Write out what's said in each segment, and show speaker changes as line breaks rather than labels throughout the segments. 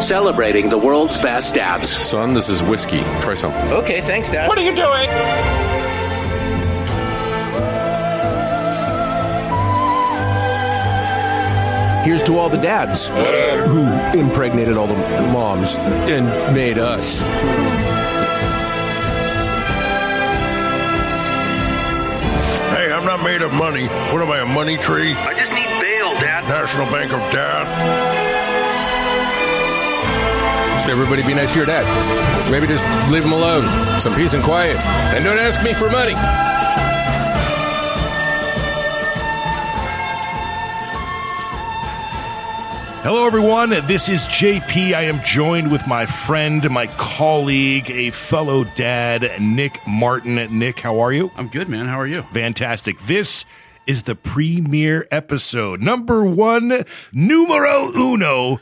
celebrating the world's best dabs.
Son, this is whiskey. Try some.
Okay, thanks, Dad.
What are you doing?
Here's to all the dads who impregnated all the moms and made us.
Hey, I'm not made of money. What am I, a money tree?
I just need bail, Dad.
National Bank of Dad?
Everybody be nice to your dad. Maybe just leave him alone. Some peace and quiet. And don't ask me for money.
Hello, everyone. This is JP. I am joined with my friend, my colleague, a fellow dad, Nick Martin. Nick, how are you?
I'm good, man. How are you?
Fantastic. This is the premiere episode, number one, numero uno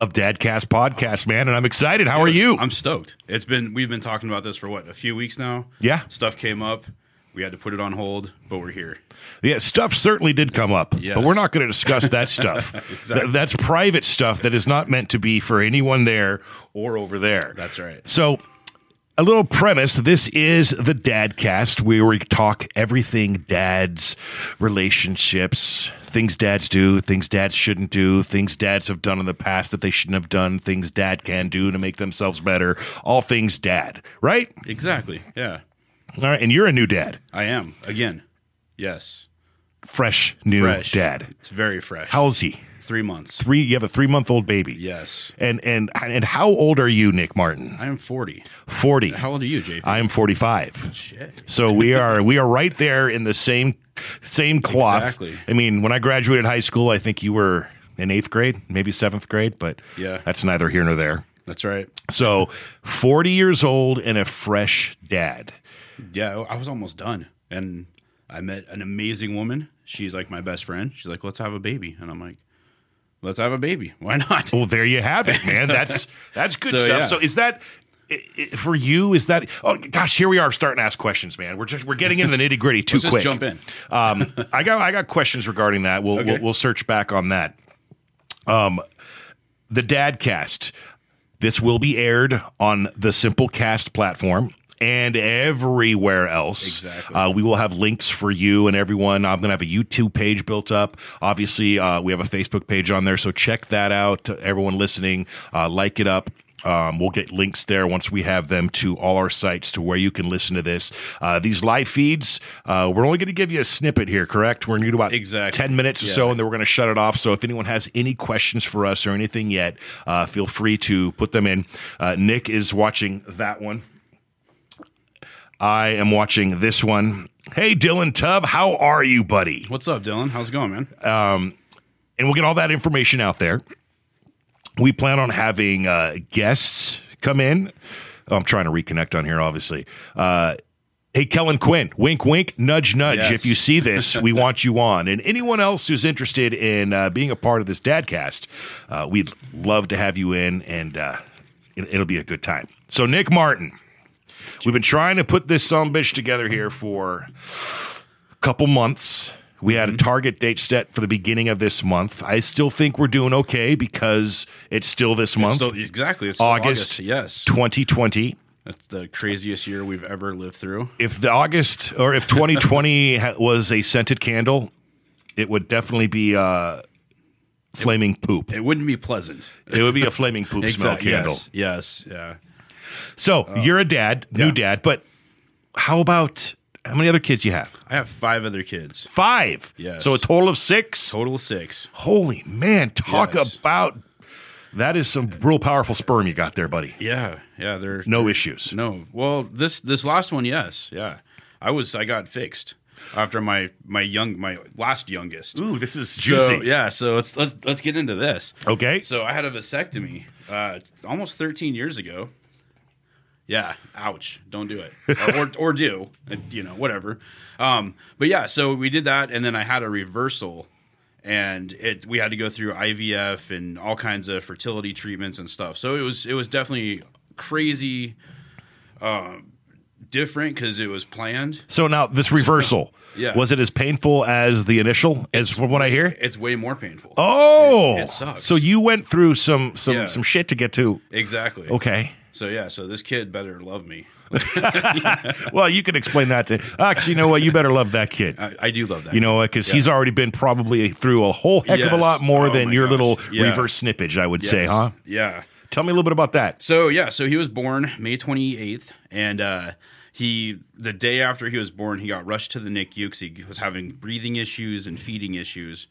of Dadcast Podcast, man. And I'm excited. How are you?
I'm stoked. It's been we've been talking about this for what a few weeks now.
Yeah.
Stuff came up. We had to put it on hold, but we're here.
Yeah, stuff certainly did come up,
Yes.
but we're not going to discuss that stuff. Th- that's private stuff that is not meant to be for anyone there or over there.
That's right.
So, a little premise this is the Dadcast, where we talk everything dads, relationships, things dads do, things dads shouldn't do, things dads have done in the past that they shouldn't have done, things dad can do to make themselves better, all things dad, right?
Exactly. Yeah.
All right. And you're a new dad,
I am again. Yes.
fresh new
Fresh.
dad.
It's very fresh.
How old's he?
Three months.
three you have a three month old baby
Yes.
and and and how old are you nick martin
I am 40.
40
How old are you, JP?
i'm 45 so we are we are right there in the same same cloth
Exactly.
i mean when i graduated high school i think you were in eighth grade maybe seventh grade but
Yeah.
that's neither here nor there
That's right.
so 40 years old and a fresh dad
Yeah. I was almost done, and I met an amazing woman. She's like my best friend. She's like, "Let's have a baby," and I'm like, "Let's have a baby. Why not?"
well there you have it man that's that's good
So,
stuff
yeah.
so is that i- i- for you is that oh gosh here we are starting to ask questions man we're just we're getting into the nitty gritty too
Let's just
quick
jump in.
um, I got I got questions regarding that. We'll
Okay.
we'll, we'll search back on that. Um, the Dadcast. This will be aired on the Simplecast platform and everywhere else.
Exactly.
Uh, we will have links for you and everyone. I'm going to have a YouTube page built up. Obviously, uh, we have a Facebook page on there, so check that out. Everyone listening, uh, like it up. Um, we'll get links there once we have them to all our sites to where you can listen to this. Uh, these live feeds, uh, we're only going to give you a snippet here, correct? We're going to do about
Exactly.
10 minutes or
Yeah.
so, and then we're going to shut it off. So if anyone has any questions for us or anything yet, uh, feel free to put them in. Uh, Nick is watching that one. I am watching this one. Hey, Dylan Tubb, how are you, buddy?
What's up, Dylan? How's it going, man?
And we'll get all that information out there. We plan on having uh, guests come in. I'm trying to reconnect on here, obviously. Uh, hey, Kellen Quinn, wink, wink, nudge, nudge.
Yes.
If you see this, we want you on. And anyone else who's interested in uh, being a part of this dadcast, uh, we'd love to have you in, and uh, it, it'll be a good time. So, Nick Martin, we've been trying to put this son bitch together here for couple months. We had
Mm-hmm.
a target date set for the beginning of this month. I still think we're doing okay because it's still this month,
So exactly. It's
August,
Yes.
2020.
That's the craziest year we've ever lived through.
If the August or if 2020 ha- was a scented candle, it would definitely be uh, flaming poop.
It wouldn't be pleasant.
It would be a flaming poop smell
Exact-
candle.
Yes. Yes. Yeah.
So you're a dad, new
Yeah.
dad, but how about how many other kids you have?
I have five other kids.
Five.
Yes.
So a total of six.
Total six.
Holy man, talk
Yes.
about that is some real powerful sperm you got there, buddy.
Yeah. Yeah. They're
No issues.
no. Well, this this last one, yes. Yeah. I was I got fixed after my my young my last youngest.
Ooh, this is
So, yeah. So let's let's let's get into this.
Okay.
So I had a vasectomy uh, almost 13 years ago. Yeah, ouch! Don't do it, or, or, or do uh, you know whatever. Um, but yeah, so we did that, and then I had a reversal, and it we had to go through IVF and all kinds of fertility treatments and stuff. So it was it was definitely crazy uh, different because it was planned.
So now this reversal,
Yeah.
was it as painful as the initial? As from what I hear,
It's way more painful.
oh,
It- it sucks.
So you went through some some
Yeah.
some shit to get to.
exactly.
Okay.
So yeah, so this kid better love me.
Well, you can explain that to. Actually, you know what? You better love that kid.
I, I do love that.
You know, because
Yeah.
he's already been probably through a whole heck of a
Yes.
lot more
Oh
than
my
your
gosh.
little
Yeah.
reverse snippage, I would
Yes.
say, huh?
Yeah.
Tell me a little bit about that.
So yeah, so he was born May 28th, and uh, he the day after he was born, he got rushed to the NICU because he was having breathing issues and feeding issues.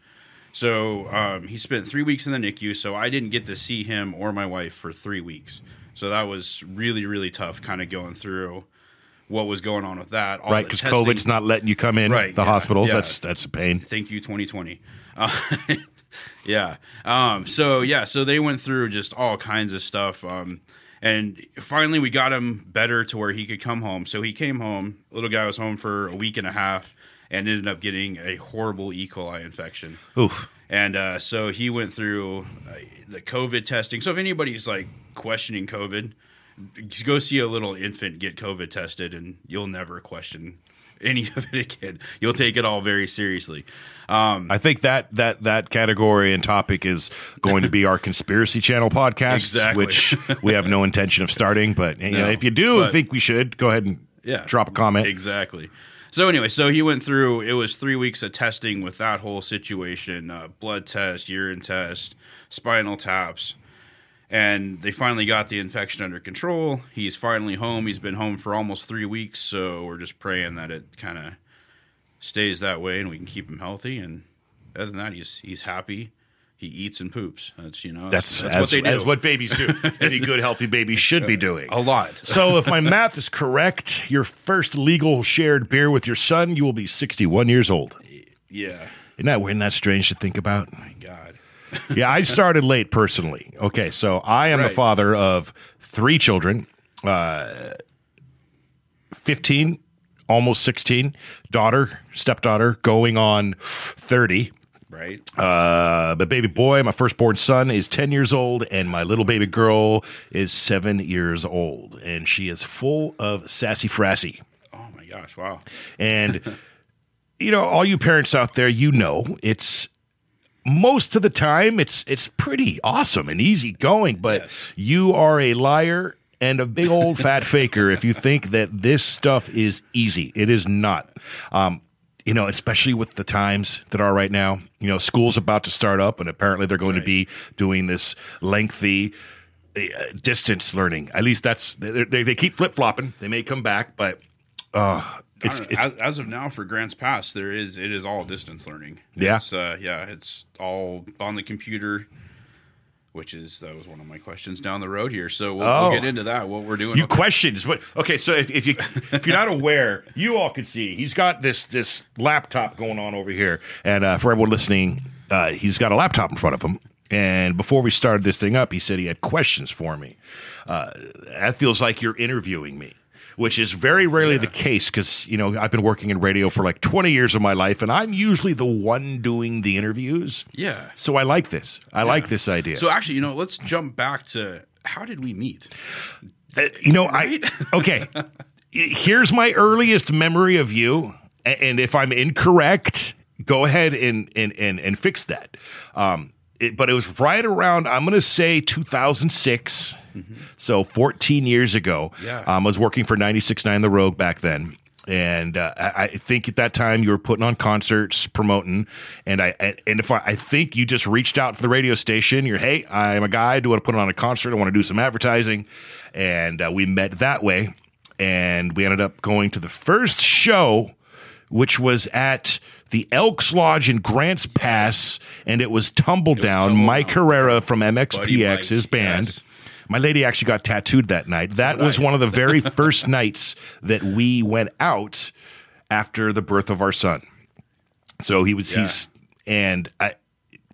So um, he spent three weeks in the NICU. So I didn't get to see him or my wife for three weeks. So that was really really tough, kind of going through what was going on with that. All
right?
the
Because
testing-
COVID's not letting you come in
Right,
the
yeah,
hospitals.
yeah.
That's that's a pain.
thank you 2020 uh, yeah um, so yeah so they went through just all kinds of stuff um, and finally we got him better to where he could come home so he came home little guy was home for a week and a half and ended up getting a horrible e coli infection
Oof.
and uh, so he went through uh, the covid testing so if anybody's like questioning covid go see a little infant get covid tested and you'll never question any of it again you'll take it all very seriously um,
I think that that that category and topic is going to be our conspiracy channel podcast,
Exactly.
which we have no intention of starting. But you know,
No,
if you do
but-
think we should, go ahead and
Yeah.
drop a comment.
Exactly. So anyway, so he went through. It was three weeks of testing with that whole situation: uh, blood test, urine test, spinal taps, and they finally got the infection under control. He's finally home. He's been home for almost three weeks, so we're just praying that it kind of stays that way and we can keep him healthy. And other than that, he's he's happy. He eats and poops. That's you know
That's,
that's
as,
what they do.
as what babies do. Any good healthy baby should be doing.
a lot.
So, if my math is correct, your first legal shared beer with your son, you will be 61 years old.
Yeah.
Isn't that, isn't that strange to think about?
God.
yeah, I started late personally. Okay, so I am the
Right.
father of three children, uh, fifteen, almost sixteen, daughter, stepdaughter, going on thirty.
Right.
Uh, but baby boy, my firstborn son is ten years old, and my little baby girl is seven years old, and she is full of sassy frassy.
oh my gosh. Wow.
And you know, all you parents out there, you know, it's most of the time it's it's pretty awesome and easy going, but you are a liar and a big old fat faker if you think that this stuff is easy. It is not. Um you know, especially with the times that are right now, you know, school's about to start up, and apparently they're going to be doing this lengthy uh, distance learning. At least that's they, they, they keep flip flopping. They may come back, but uh, it's,
don't know.
it's
as, as of now for Grants Pass, there is it is all distance learning.
Yeah.
it's, uh, yeah, it's all on the computer, which is that was one of my questions down the road here. So we'll,
Oh.
we'll get into that. What we're doing,
You
with-
questions, but okay. So if, if you if you're not aware, you all can see he's got this this laptop going on over here, and uh, for everyone listening, uh, he's got a laptop in front of him. And before we started this thing up, he said he had questions for me. Uh, that feels like you're interviewing me, which is very rarely the case because you know I've been working in radio for like 20 years of my life, and I'm usually the one doing the interviews.
yeah.
So I like this. I like this idea.
So actually, you know, let's jump back to how did we meet?
Uh, you know, I okay. Here's my earliest memory of you, a- and if I'm incorrect, go ahead and and and, and fix that. Um, it, but it was right around I'm going to say 2006, so 14 years ago.
Yeah.
um, I was working for 96.9 The Rogue back then. And uh, I I think at that time you were putting on concerts, promoting, and I and and if I, I think you just reached out to the radio station, you're hey, I'm a guy, I do want to put on a concert, I want to do some advertising, and uh, we met that way, and we ended up going to the first show, which was at the Elks Lodge in Grants Pass, and it was Tumbledown,
Tumbledown.
Mike Herrera from
Buddy Mike,
MXPX, his band.
yes.
My lady actually got tattooed that night. That
did
was
I.
one of the very first nights that we went out after the birth of our son. So he was
Yeah.
he's and I,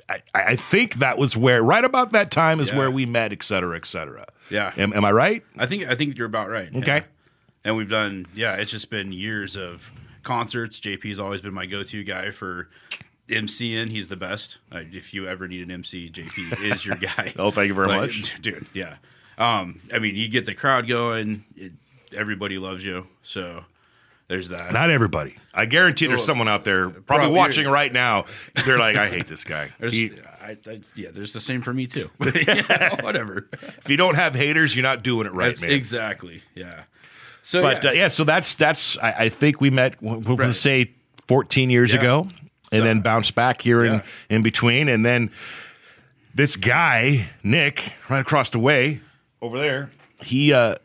I I think that was where right about that time is
Yeah.
where we met, et cetera, et cetera.
Yeah.
Am, am I right?
I think I think you're about right.
Okay.
yeah. And we've done yeah, it's just been years of concerts. JP's always been my go-to guy for MCing. He's the best. Like, if you ever need an MC, JP is your guy.
Oh, thank you very much.
dude. Yeah. Um, I mean, you get the crowd going. It, everybody loves you. So there's that.
Not everybody. I guarantee there's someone out there probably,
Probably.
watching right now. They're like, I hate this guy.
there's,
He-
I, I, yeah, there's the same for me too. Yeah, whatever.
if you don't have haters, you're not doing it right,
That's
man.
exactly. Yeah. So
but
yeah.
uh, yeah, so that's that's. I, I think we met. We'll, we'll
Right.
say 14 years
Yeah.
ago, and then bounced back here
Yeah.
in in between, and then this guy Nick right across the way over there. He uh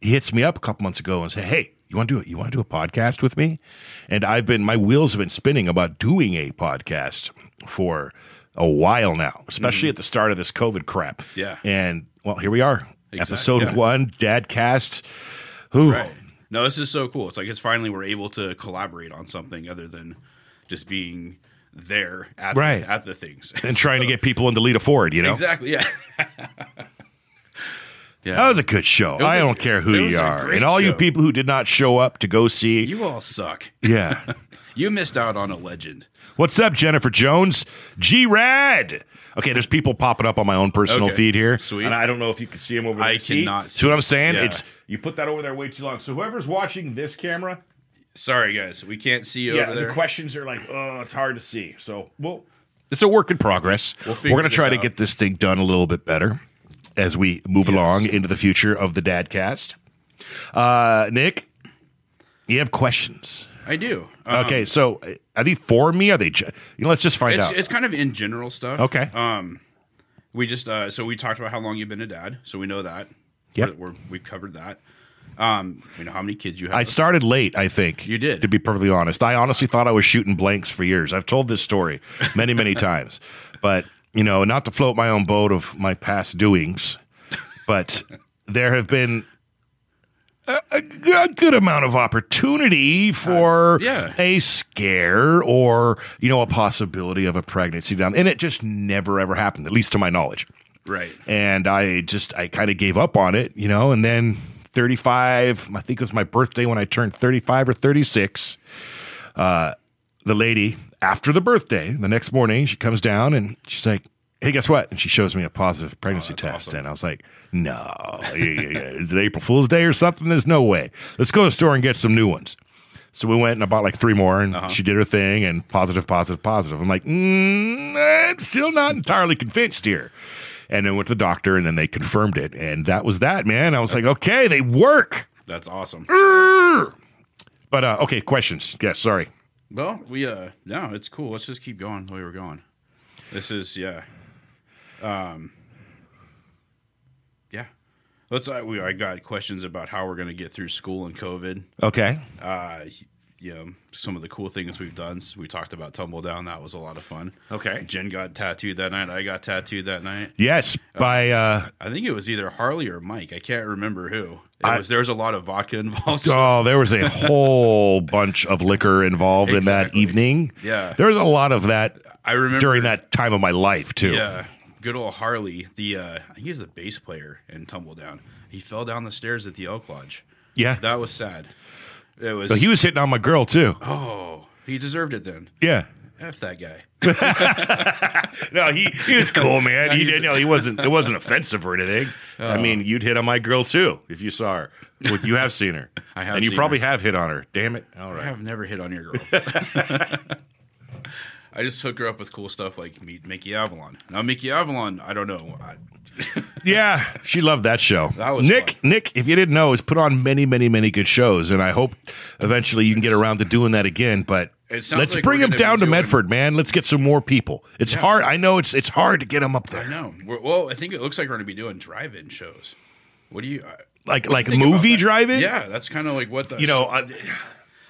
he hits me up a couple months ago and said, "Hey, you want to do it? You want to do a podcast with me?" And I've been my wheels have been spinning about doing a podcast for a while now, especially at the start of this COVID crap.
Mm-hmm. Yeah.
and well, here we are,
Exact-
episode
yeah.
one, Dadcast. Who?
Right. No, this is so cool. It's like it's finally we're able to collaborate on something other than just being there at
Right.
the, at the things.
and trying to get people into Lita Ford, you know?
exactly. Yeah. yeah.
That was a good show.
was
I
a-
don't care who
it was
you
a
are.
great
And all you
show.
people who did not show up to go see.
you all suck.
yeah.
You missed out on a legend.
What's up, Jennifer Jones? G Rad. Okay, there's people popping up on my own personal
Okay.
feed here.
Sweet.
And I don't know if you can see them over there.
I cannot
See,
see
what I'm
it.
saying?
Yeah.
It's you put that over there way too long. So whoever's watching this camera,
Sorry guys, we can't see you
yeah,
over
the
there.
questions are like, oh, it's hard to see. So well it's a work in progress.
We'll
We're
figure
gonna
this
try to
out.
get this thing done a little bit better as we move along into the future of the Dadcast. Uh Nick, you have questions.
I do. Um,
Okay, so uh, are they for me? Are they? ju- You know, let's just find
It's
out.
it's kind of in general stuff.
Okay.
Um we just uh so we talked about how long you've been a dad, so we know that.
Yep.
We're, we're, we've covered that. Um we know how many kids you have.
I started late, I think.
You did.
To be perfectly honest. I honestly thought I was shooting blanks for years. I've told this story many, many times. But, you know, not to float my own boat of my past doings, but there have been a, a g- a good amount of opportunity for
Uh, yeah.
a scare or, you know, a possibility of a pregnancy down. And it just never, ever happened, at least to my knowledge
right.
and I just I kind of gave up on it, you know. And then 35, I think it was my birthday when I turned 35 or 36. Uh, the lady after the birthday, the next morning, she comes down and she's like, "Hey, guess what?" And she shows me a positive pregnancy test, and I was like, "No, yeah, yeah, yeah. is it April Fool's Day or something? There's no way. Let's go to the store and get some new ones." So we went and I bought like three more, and she did her thing, and positive, positive, positive. I'm like, mm, I'm still not entirely convinced here. And then went to the doctor, and then they confirmed it, and that was that, man. I was like, okay, they work.
That's awesome.
But uh, okay, questions? Yes, sorry.
Well, we uh no, it's cool. Let's just keep going the way we're going. This is yeah. Um Yeah. Let's I we I got questions about how we're gonna get through school and COVID.
Okay,
Uh you know, some of the cool things we've done. We talked about tumble down, that was a lot of fun.
Okay.
Jen got tattooed that night, I got tattooed that night.
yes, by uh,
I think it was either Harley or Mike. I can't remember who. It
I-
was there was a lot of vodka involved.
Oh, there was a whole bunch of liquor involved in that
Exactly.
evening.
Yeah.
There was a lot of that
I remember
during that time of my life, too.
Yeah, good old Harley. The uh, I think he's the bass player in Tumbledown. He fell down the stairs at the Elk Lodge.
Yeah.
That was sad. It was.
But he was hitting on my girl, too.
oh, he deserved it then.
Yeah.
F that guy.
No, he, he was cool, man. He
he's- Oh.
didn't. No, he wasn't. It wasn't offensive or anything. I mean, you'd hit on my girl too if you saw her. Well, you have seen her.
I have
and you
seen
probably have hit on her. Damn it! All
I
right.
have never hit on your girl. I just hook her up with cool stuff like meet Mickey Avalon. Now Mickey Avalon, I don't know. I,
Yeah, she loved that show.
That was
Nick.
fun.
Nick, if you didn't know, has put on many, many, many good shows, and I hope eventually you can get around to doing that again. But
It sounds
let's
like
bring
we're
him
gonna be
down to
doing-
Medford, man. Let's get some more people. It's hard. I know it's it's hard to get him up
I
there.
know. We're, well, I think it looks like we're going to be doing drive-in shows. What do you? I,
Like like
think about
movie
that.
driving.
Yeah, that's kind of like what the
You know, I,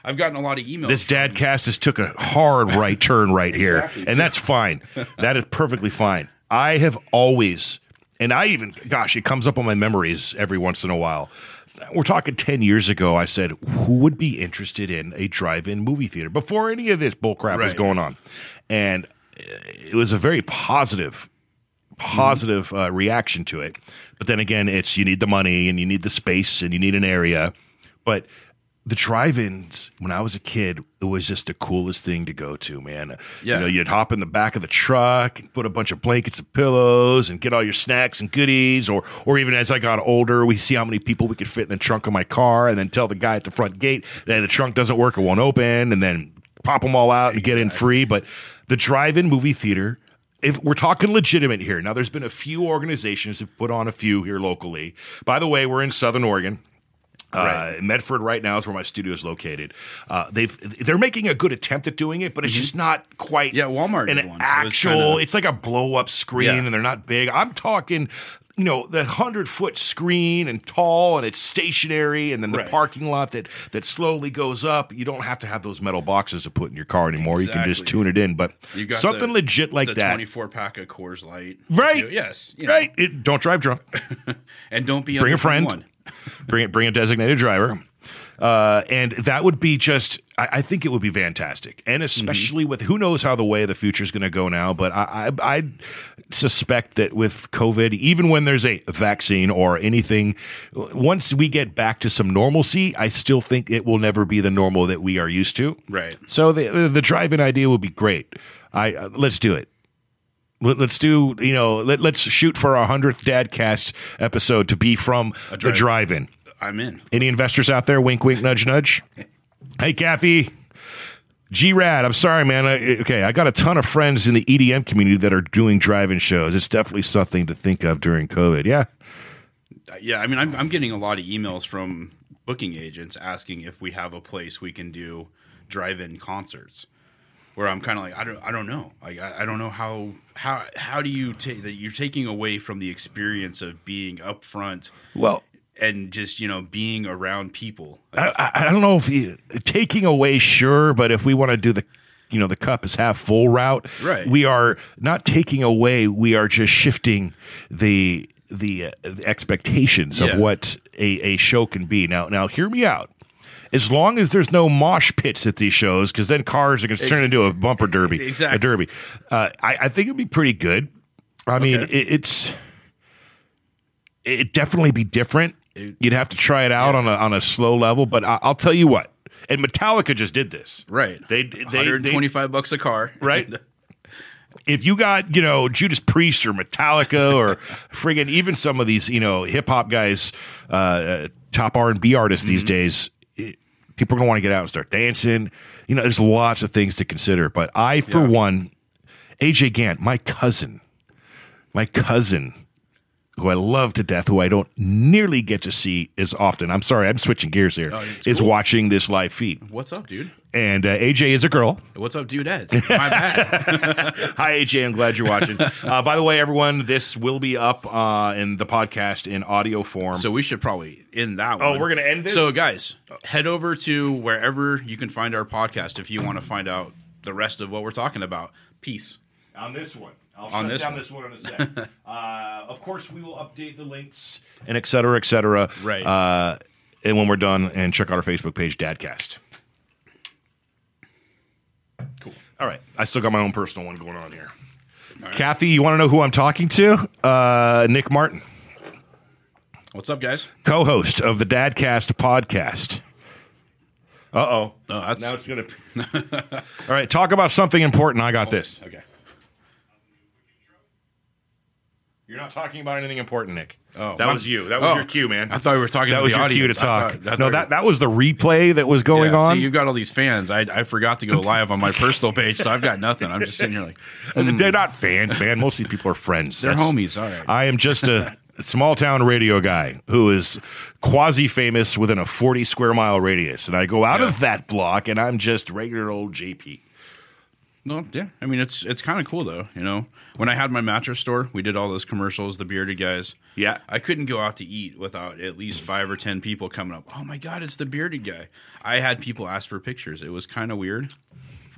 I've gotten a lot of emails.
this dad cast has took a hard right turn right here,
Exactly.
and that's fine. That is perfectly fine. I have always, and I even, gosh, it comes up on my memories every once in a while. We're talking ten years ago. I said, "Who would be interested in a drive-in movie theater?" Before any of this bullcrap was
Right.
going on, and uh, it was a very positive positive uh, reaction to it. But then again, it's you need the money and you need the space and you need an area. But the drive-ins when I was a kid, it was just the coolest thing to go to, man.
Yeah.
You know, you'd hop in the back of the truck and put a bunch of blankets and pillows and get all your snacks and goodies or or even as I got older, we see how many people we could fit in the trunk of my car and then tell the guy at the front gate that the trunk doesn't work or won't open and then pop them all out and get in free, but the drive-in movie theater if we're talking legitimate here, now there's been a few organizations that put on a few here locally. By the way, we're in Southern Oregon. Uh, Medford right now is where my studio is located. Uh, they've they're making a good attempt at doing it, but it's just not quite.
Mm-hmm. Yeah, Walmart
an
did one. It was
actual.
kinda-
it's like a blow up screen,
Yeah.
and they're not big. I'm talking, you know, the hundred foot screen and tall, and it's stationary, and then the
Right.
parking lot that that slowly goes up. You don't have to have those metal boxes to put in your car anymore. You can just
Exactly.
tune it in. But
You got
something
the-
legit like
the
that.
24 pack of Coors Light.
Right.
Yes. you know.
Right. It, don't drive drunk.
And don't be
Bring a
under
friend.
21.
bring it. Bring a designated driver. Uh, and that would be just. I, I think it would be fantastic,
Mm-hmm.
and especially with who knows how the way of the future is going to go now. But I, I, I suspect that with COVID, even when there's a vaccine or anything, w- once we get back to some normalcy, I still think it will never be the normal that we are used to.
Right.
So the the- the drive-in idea would be great. I uh, let's do it. Let, let's do you know let, let's shoot for our hundredth Dadcast episode to be from the drive-in.
I'm in.
Any investors out there? Wink, wink, nudge, nudge. Hey, Kathy. G Rad, I'm sorry, man. I, okay, I got a ton of friends in the EDM community that are doing drive-in shows. It's definitely something to think of during COVID. Yeah,
Uh, Yeah, I mean, I'm, I'm getting a lot of emails from booking agents asking if we have a place we can do drive-in concerts. Where I'm kind of like, I don't, I don't know. Like, I, I don't know how, how, how do you take that? You're taking away from the experience of being up front.
Well-
and just you know being around people.
I, I, I don't know if you, taking away, sure, but if we want to do the, you know, the cup is half full route,
Right.
We are not taking away. We are just shifting the the, uh, the expectations
Yeah.
of what a, a show can be. Now, now, hear me out. As long as there's no mosh pits at these shows, because then cars are going to turn into a bumper derby,
Exactly.
a derby. Uh, I, I think it'd be pretty good. I mean,
Okay.
it, it's it'd definitely be different. You'd have to try it out on a on a slow level, but I, I'll tell you what. And Metallica just did this,
Right.
They they, they
125 bucks a car.
right. If you got you know Judas Priest or Metallica or friggin' even some of these you know hip hop guys, uh, uh, top R and B artists these days, it, people are gonna want to get out and start dancing. You know, there's lots of things to consider. But I, for one, AJ Gant, my cousin, my cousin who I love to death, who I don't nearly get to see as often. I'm sorry, I'm switching gears here.
it's
is watching this live feed,
What's up, dude?
and uh, AJ is a girl.
What's up, dude? Ed? My bad.
Hi AJ, I'm glad you're watching. uh, by the way, everyone, this will be up uh, in the podcast in audio form.
So we should probably end that one.
Oh, we're gonna end this?
So guys, head over to wherever you can find our podcast if you want to find out the rest of what we're talking about. Peace.
on this one, I'll
On
shut
this
down
one.
this one in a sec. uh, of course, we will update the links and et cetera, et cetera.
Right.
Uh, and when we're done, and check out our Facebook page, Dadcast. Cool. All right, I still got my own personal one going on here. Kathy, you want to know who I'm talking to? Uh, Nick Martin.
What's up, guys?
co-host of the Dadcast podcast. Uh oh.
No, that's
Now it's gonna. All right, talk about something important. I got this.
okay.
You're not talking about anything important, Nick.
Oh,
that
my-
was you. That was
oh.
your cue, man.
I thought we were talking
That
to
was
the
your cue to
audience. I
talk.
thought- I
no,
thought-
that that was the replay that was going
Yeah,
on.
See, you've got all these fans. I, I forgot to go live on my personal page, so I've got nothing. I'm just sitting here like
They're not fans, man. Most of these people are friends.
Mm. they're
That's-
homies. All right.
I am just a small town radio guy who is quasi famous within a 40 square mile radius. And I go out of that block and I'm just regular old JP.
No, yeah. I mean, it's it's kind of cool though. You know, when I had my mattress store, we did all those commercials, the bearded guys.
Yeah.
I couldn't go out to eat without at least five or ten people coming up. Oh my god, it's the bearded guy! I had people ask for pictures. It was kind of weird,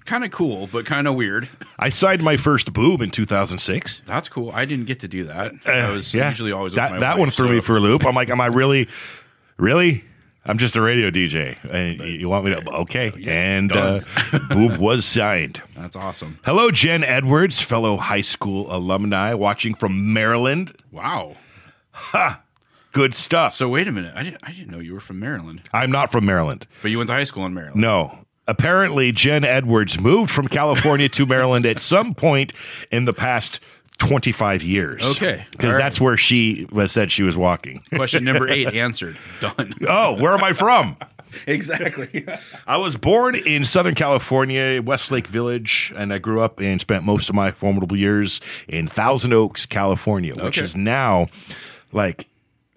kind of cool, but kind of weird.
I signed my first boob in 2006.
That's cool. I didn't get to do that. I was
Eh, Yeah.
usually always with
that
my
that
wife,
one threw
so-
me for a loop. I'm like, am I really, really? I'm just a radio DJ, and you- you want me to? Okay, and uh, boob was signed.
That's awesome.
Hello, Jen Edwards, fellow high school alumni, watching from Maryland.
Wow.
Good stuff.
So wait a minute. I didn't, I didn't know you were from Maryland,
I'm not from Maryland.
but you went to high school in Maryland.
No. Apparently, Jen Edwards moved from California to Maryland at some point in the past 25 years.
Okay.
Because
All right.
that's where she was, said she was walking.
Question number eight answered. Done.
Oh, where am I from?
exactly.
I was born in Southern California, Westlake Village, and I grew up and spent most of my formidable years in Thousand Oaks, California, which
Okay.
is now like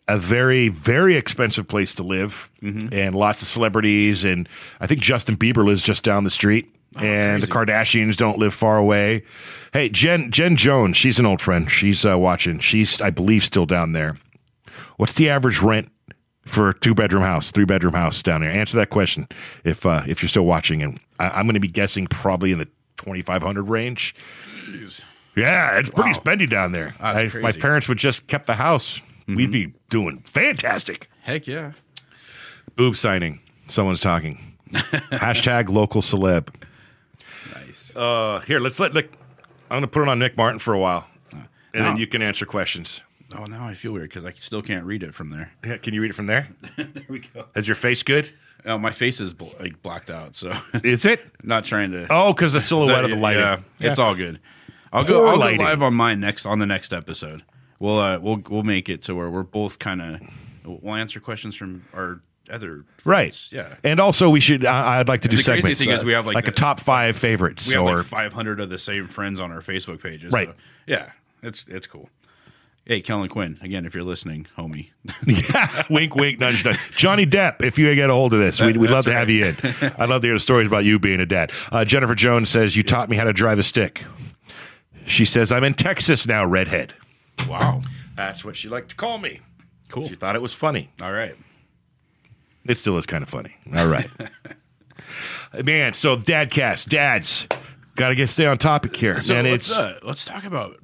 a very, very expensive place to live and lots of celebrities. And I think Justin Bieber lives just down the street. and the Kardashians don't live far away. Hey, Jen Jen Jones, she's an old friend. She's uh, watching. She's, I believe, still down there. What's the average rent for a two bedroom house, three bedroom house down there? Answer that question if uh, if you're still watching. And I, I'm going to be guessing probably in the 2,500 range. Yeah, it's pretty spendy down there. I,
That's
if my
crazy. Mm-hmm.
parents would just kept the house, we'd be doing fantastic.
Heck yeah.
Boob signing. Someone's talking. Hashtag local celeb.
Nice.
Uh, here, let's let Nick. I'm going to put it on Nick Martin for a while, and then
no.
you can answer questions.
Oh, now I feel weird because I still can't read it from there.
Yeah, can you read it from there?
There we go.
Is your face good?
Oh, my face is bl- like blacked out, so
Is it?
not trying to.
Oh, because the silhouette of the
Yeah,
lighting.
Yeah, it's all good. I'll
Poor
go. I'll
lighting.
go live on mine next on the next episode. We'll uh, we'll we'll make it to where we're both kind of we'll answer questions from our other friends.
Right.
Yeah.
And also, we should. I I'd like to do
The crazy
segments. uh,
thing is we have, like,
a
the-
top five favorites,
we have
or
like 500 of the same friends on our Facebook pages.
Right.
so, yeah, it's it's cool. Hey, Kellen Quinn, again, if you're listening, homie.
wink, wink, nudge, nudge. Johnny Depp, if you get a hold of this, we'd, we'd love to have you in. I'd love to hear the stories about you being a dad. Uh, Jennifer Jones says you taught me how to drive a stick. She says I'm in Texas now, redhead.
wow.
That's what she liked to call me.
Cool.
She thought it was funny.
All right.
It still is kind of funny. All right. Man, so Dadcast, dads, got to get stay on topic here.
So
Man,
let's
it's
uh, let's talk about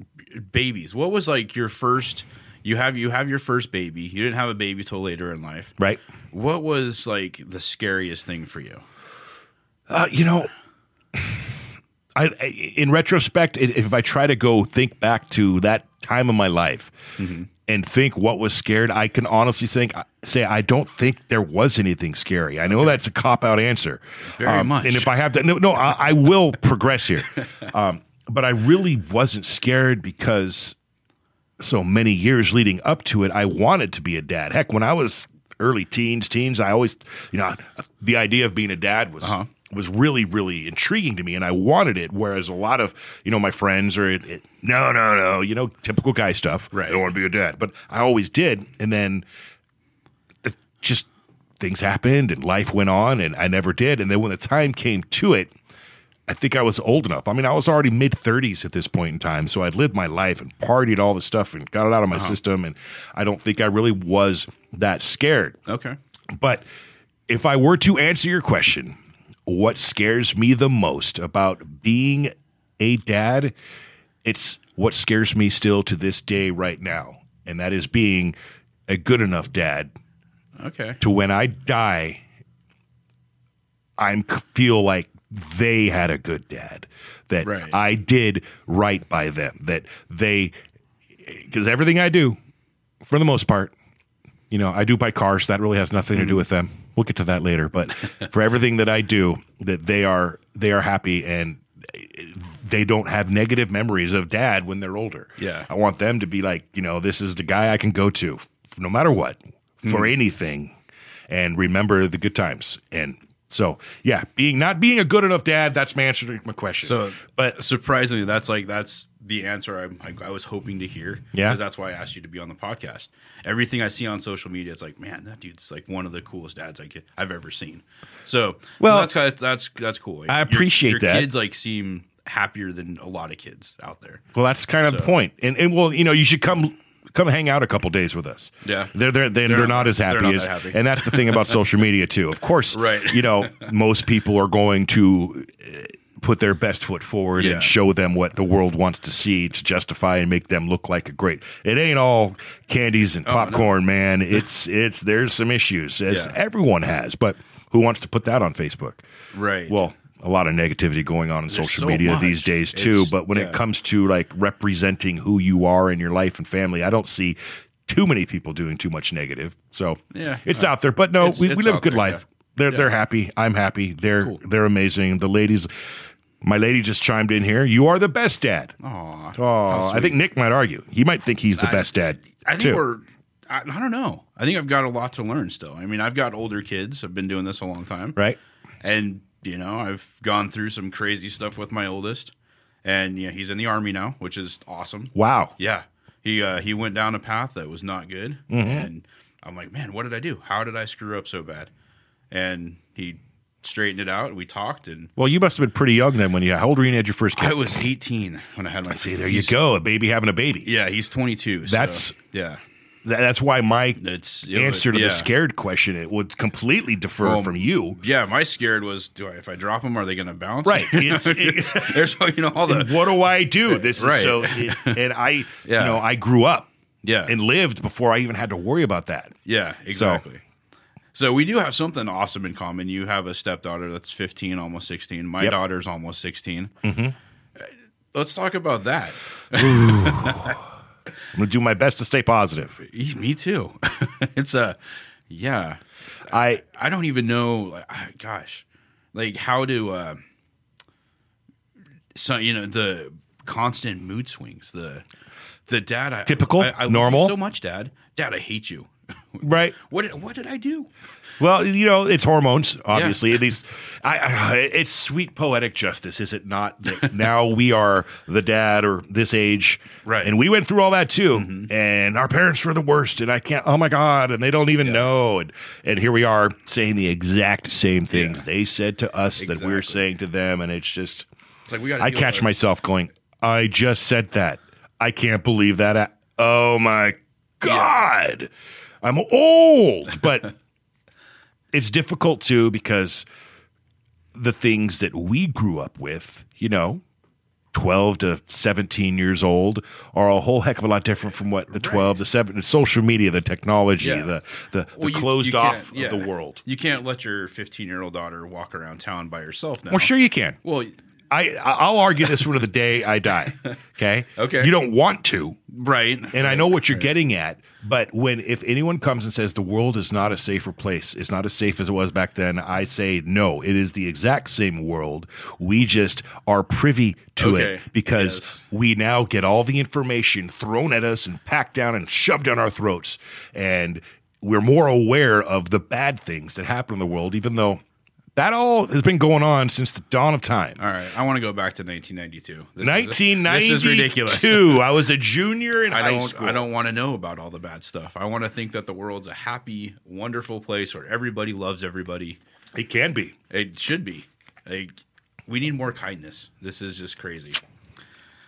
babies. What was like your first? You have you have your first baby. You didn't have a baby till later in life,
right.
What was like the scariest thing for you?
Uh, you know, I, I in retrospect, i- if I try to go think back to that time of my life
Mm-hmm.
and think what was scared, I can honestly think uh, say I don't think there was anything scary. I know that's a cop out answer, Um,
Very much.
And if I have that, no, no, I, I will progress here. Um, but I really wasn't scared because so many years leading up to it, I wanted to be a dad. Heck, when I was early teens, teens, I always, you know, the idea of being a dad was was really, really intriguing to me, and I wanted it. Whereas a lot of, you know, my friends are, it, it, no, no, no, you know, typical guy stuff.
Right.
I don't want to be a dad, but I always did. And then it just things happened, and life went on, and I never did. And then when the time came to it. I think I was old enough. I mean, I was already mid 30s at this point in time. So I'd lived my life and partied all this stuff and got it out of my system. And I don't think I really was that scared.
Okay.
But if I were to answer your question, what scares me the most about being a dad, it's what scares me still to this day right now. And that is being a good enough dad
Okay.
to when I die, I feel like they had a good dad, that
Right.
I did right by them, that they, because everything I do, for the most part, you know, I do buy cars. That really has nothing to
Mm.
do with them. We'll get to that later. But for everything that I do, that they are they are happy and they don't have negative memories of dad when they're older.
Yeah.
I want them to be like, you know, this is the guy I can go to no matter what for
Mm.
anything and remember the good times. And so, yeah, being not being a good enough dad, that's my answer to my question.
So,
but
surprisingly, that's like that's the answer I, I, I was hoping to hear.
Yeah.
'Cause that's why I asked you to be on the podcast. Everything I see on social media, it's like, man, that dude's like one of the coolest dads I could, I've ever seen. So,
Well,
that's kind of, that's that's cool. Like,
I
your-
appreciate
your
that.
Kids like seem happier than a lot of kids out there.
Well, that's kind of the
So-
point. And and well, you know, you should come come hang out a couple days with us.
Yeah.
they're they're they're, they're, not as happy
they're not
as,
that happy.
and that's the thing about social media too. Of course,
Right.
You know, most people are going to. uh, Put their best foot forward
Yeah.
and show them what the world wants to see to justify and make them look like a great. It ain't all candies and popcorn, man. It's it's there's some issues as
Oh, Yeah.
everyone has, but who wants to put that on Facebook?
Right.
Well, a lot of negativity going on in social
so
media
much.
these days
It's-
too. but when
yeah.
it comes to like representing who you are in your life and family, I don't see too many people doing too much negative. So
Yeah.
it's out there. But no,
It's-
we, we
it's
live a
out
good
there,
life.
yeah.
They're they're happy. I'm happy. They're they're amazing. The ladies, my lady just chimed in here. You are the best dad.
Aw.
Oh, I think Nick might argue. He might think he's the best dad.
I think
too.
we're. I, I don't know. I think I've got a lot to learn still. I mean, I've got older kids. I've been doing this a long time,
right.
And you know, I've gone through some crazy stuff with my oldest, and yeah, he's in the army now, which is awesome.
Wow.
Yeah, he uh, he went down a path that was not good,
Mm-hmm.
and I'm like, man, what did I do? How did I screw up so bad? And he straightened it out. and We talked, and
Well, you must have been pretty young then when you. How old were you when you had your first kid?
I was 18 when I had my.
See, there you go. A baby having a baby.
Yeah, he's 22. so-
That's-
yeah.
That- That's why my
It's it was-
answer to
yeah.
the scared question it would completely differ
Well,
from you.
Yeah, my scared was do I if I drop them are they going to bounce?
Right.
You know,
It's- it's-
there's you know all the
What do I do? This is
Right.
so. It, and I,
Yeah.
you know, I grew up
yeah
and lived before I even had to worry about that.
yeah exactly. So. we do have something awesome in common. You have a stepdaughter that's 15, almost 16. My
Yep.
daughter's almost 16. Mm-hmm. Let's talk about that.
I'm going to do my best to stay positive.
E- Me too. it's a yeah.
I
I don't even know. Like, ah, gosh, like how to. Uh, so you know the constant mood swings. The the dad. I,
Typical,
I, I love you
normal.
so much, dad. Dad, I hate you.
right.
What did, what did I do?
Well, you know, it's hormones, obviously. At least, I, I, it's sweet poetic justice, is it not? That now we are the dad or this age,
Right. Mm-hmm.
And we went through all that too, and our parents were the worst, and I can't. Oh my god! And they don't even know, and and here we are saying the exact same things they said to us that we're
Exactly.
saying to them, and it's just.
It's like we got.
I catch myself going, I just said that. I can't believe that. I- oh my God. I'm old. But it's difficult too because the things that we grew up with, you know, 12 to 17 years old are a whole heck of a lot different from what the 12 to 7 the social media the technology the
Yeah.
the, the
Well, you- you
closed
can't-
off
yeah.
of the world
You can't let your 15 year old daughter walk around town by herself now.
well sure you can
Well,
I I'll argue this one of the day I die. Okay.
Okay.
You don't want to,
right.
and I know what you're getting at. But when if anyone comes and says the world is not a safer place, it's not as safe as it was back then, I say no. It is the exact same world. We just are privy to
Okay.
it because
Yes.
we now get all the information thrown at us and packed down and shoved down our throats, and we're more aware of the bad things that happen in the world, even though. That all has been going on since the dawn of time.
All right. I want to go back to 1992. This is-
1992.
This is ridiculous.
I was a junior in
I
high
don't.
school.
I don't want to know about all the bad stuff. I want to think that the world's a happy, wonderful place where everybody loves everybody.
It can be.
It should be. Like, we need more kindness. This is just crazy.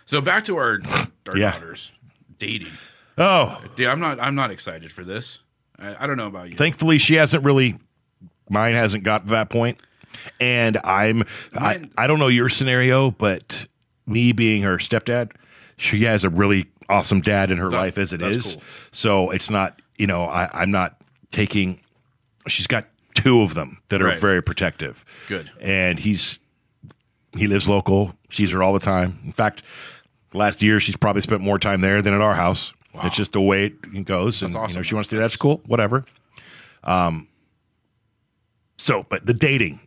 So back to our our, our
Yeah.
daughters dating.
Oh,
Dude, I'm not. I'm not excited for this. I, I don't know about you.
thankfully she hasn't really. Mine hasn't got to that point, and I'm.
Mine-
I, I don't know your scenario, but me being her stepdad, she has a really awesome dad in her life as it
that's
is.
cool.
So it's not. You know, I, I'm not taking. She's got two of them that are
Right.
very protective.
Good.
and he's he lives local. She's her all the time. In fact, last year she's probably spent more time there than at our house. It's just the way it goes. and you know,
awesome.
if she wants to do that, that's cool. Whatever. Um. So, but the dating,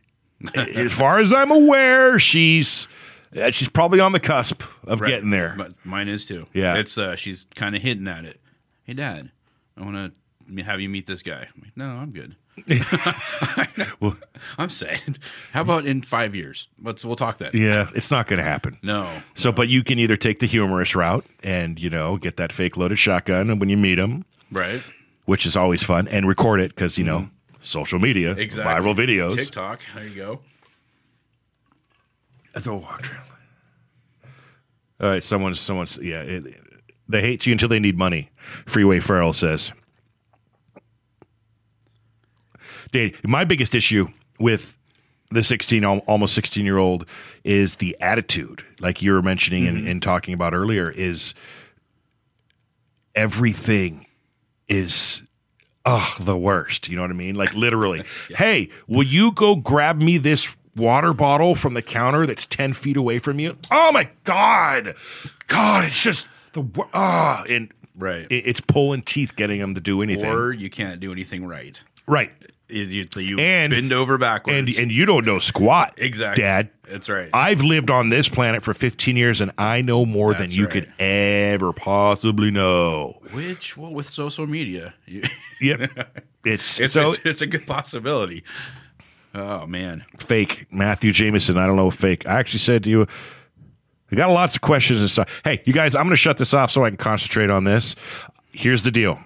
eh, as far as I'm aware, she's uh, she's probably on the cusp of
Right.
getting there.
But mine is too.
Yeah.
It's uh she's kind of hinting at it. Hey dad, I want to have you meet this guy. I'm like, no, I'm good. I'm sad. How about in 5 years? Let's we'll talk then.
yeah, it's not going to happen.
No.
So, but you can either take the humorous route and you know get that fake loaded shotgun, and when you meet him,
Right?
which is always fun, and record it because you know social media,
Mm-hmm. Exactly.
viral videos.
TikTok. There you go.
That's a walk trail. All right, someone's someone's yeah. It, they hate you until they need money. Freeway Farrell says. Dave, my biggest issue with the 16 al- almost 16 year old is the attitude like you were mentioning
Mm-hmm.
and, and talking about earlier is everything is oh the worst you know what i mean like literally hey will you go grab me this water bottle from the counter that's 10 feet away from you oh my god god it's just the wor- ah and
Right.
It- it's pulling teeth getting them to do anything.
or you can't do anything right.
right.
Is You, you
And-
bend over
And
backwards.
and you don't know squat.
exactly.
Dad.
That's right.
I've lived on this planet for 15 years and I know more than
That's
you
right.
could ever possibly know.
Which, well, with social media, you,
Yep. It's,
it's,
so
it's it's a good possibility. Oh man,
fake Matthew Jameson. I don't know fake. I actually said to you, I got lots of questions and stuff. Hey, you guys, I'm going to shut this off so I can concentrate on this. Here's the deal.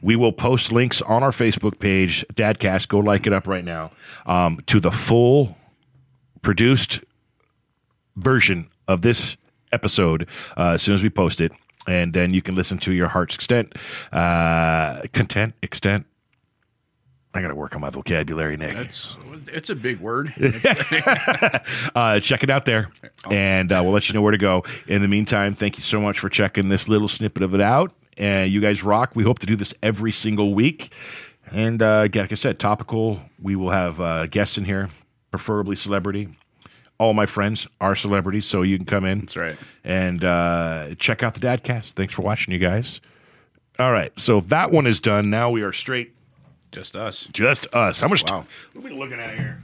We will post links on our Facebook page, Dadcast. Go like it up right now um, to the full produced version of this episode uh, as soon as we post it, and then you can listen to your heart's extent, uh, content, extent. I got to work on my vocabulary, Nick.
it's it's a big word.
Uh, check it out there,
Oh.
and uh, we'll let you know where to go. In the meantime, thank you so much for checking this little snippet of it out. And you guys rock. We hope to do this every single week. And uh, again, like I said, topical. We will have uh, guests in here, preferably celebrity. All my friends are celebrities, so you can come in. That's
right.
And uh, check out the Dadcast. Thanks for watching, you guys. All right, so that one is done. Now we are straight,
Just us.
just us. How much? t-
Wow.
what are we looking at here?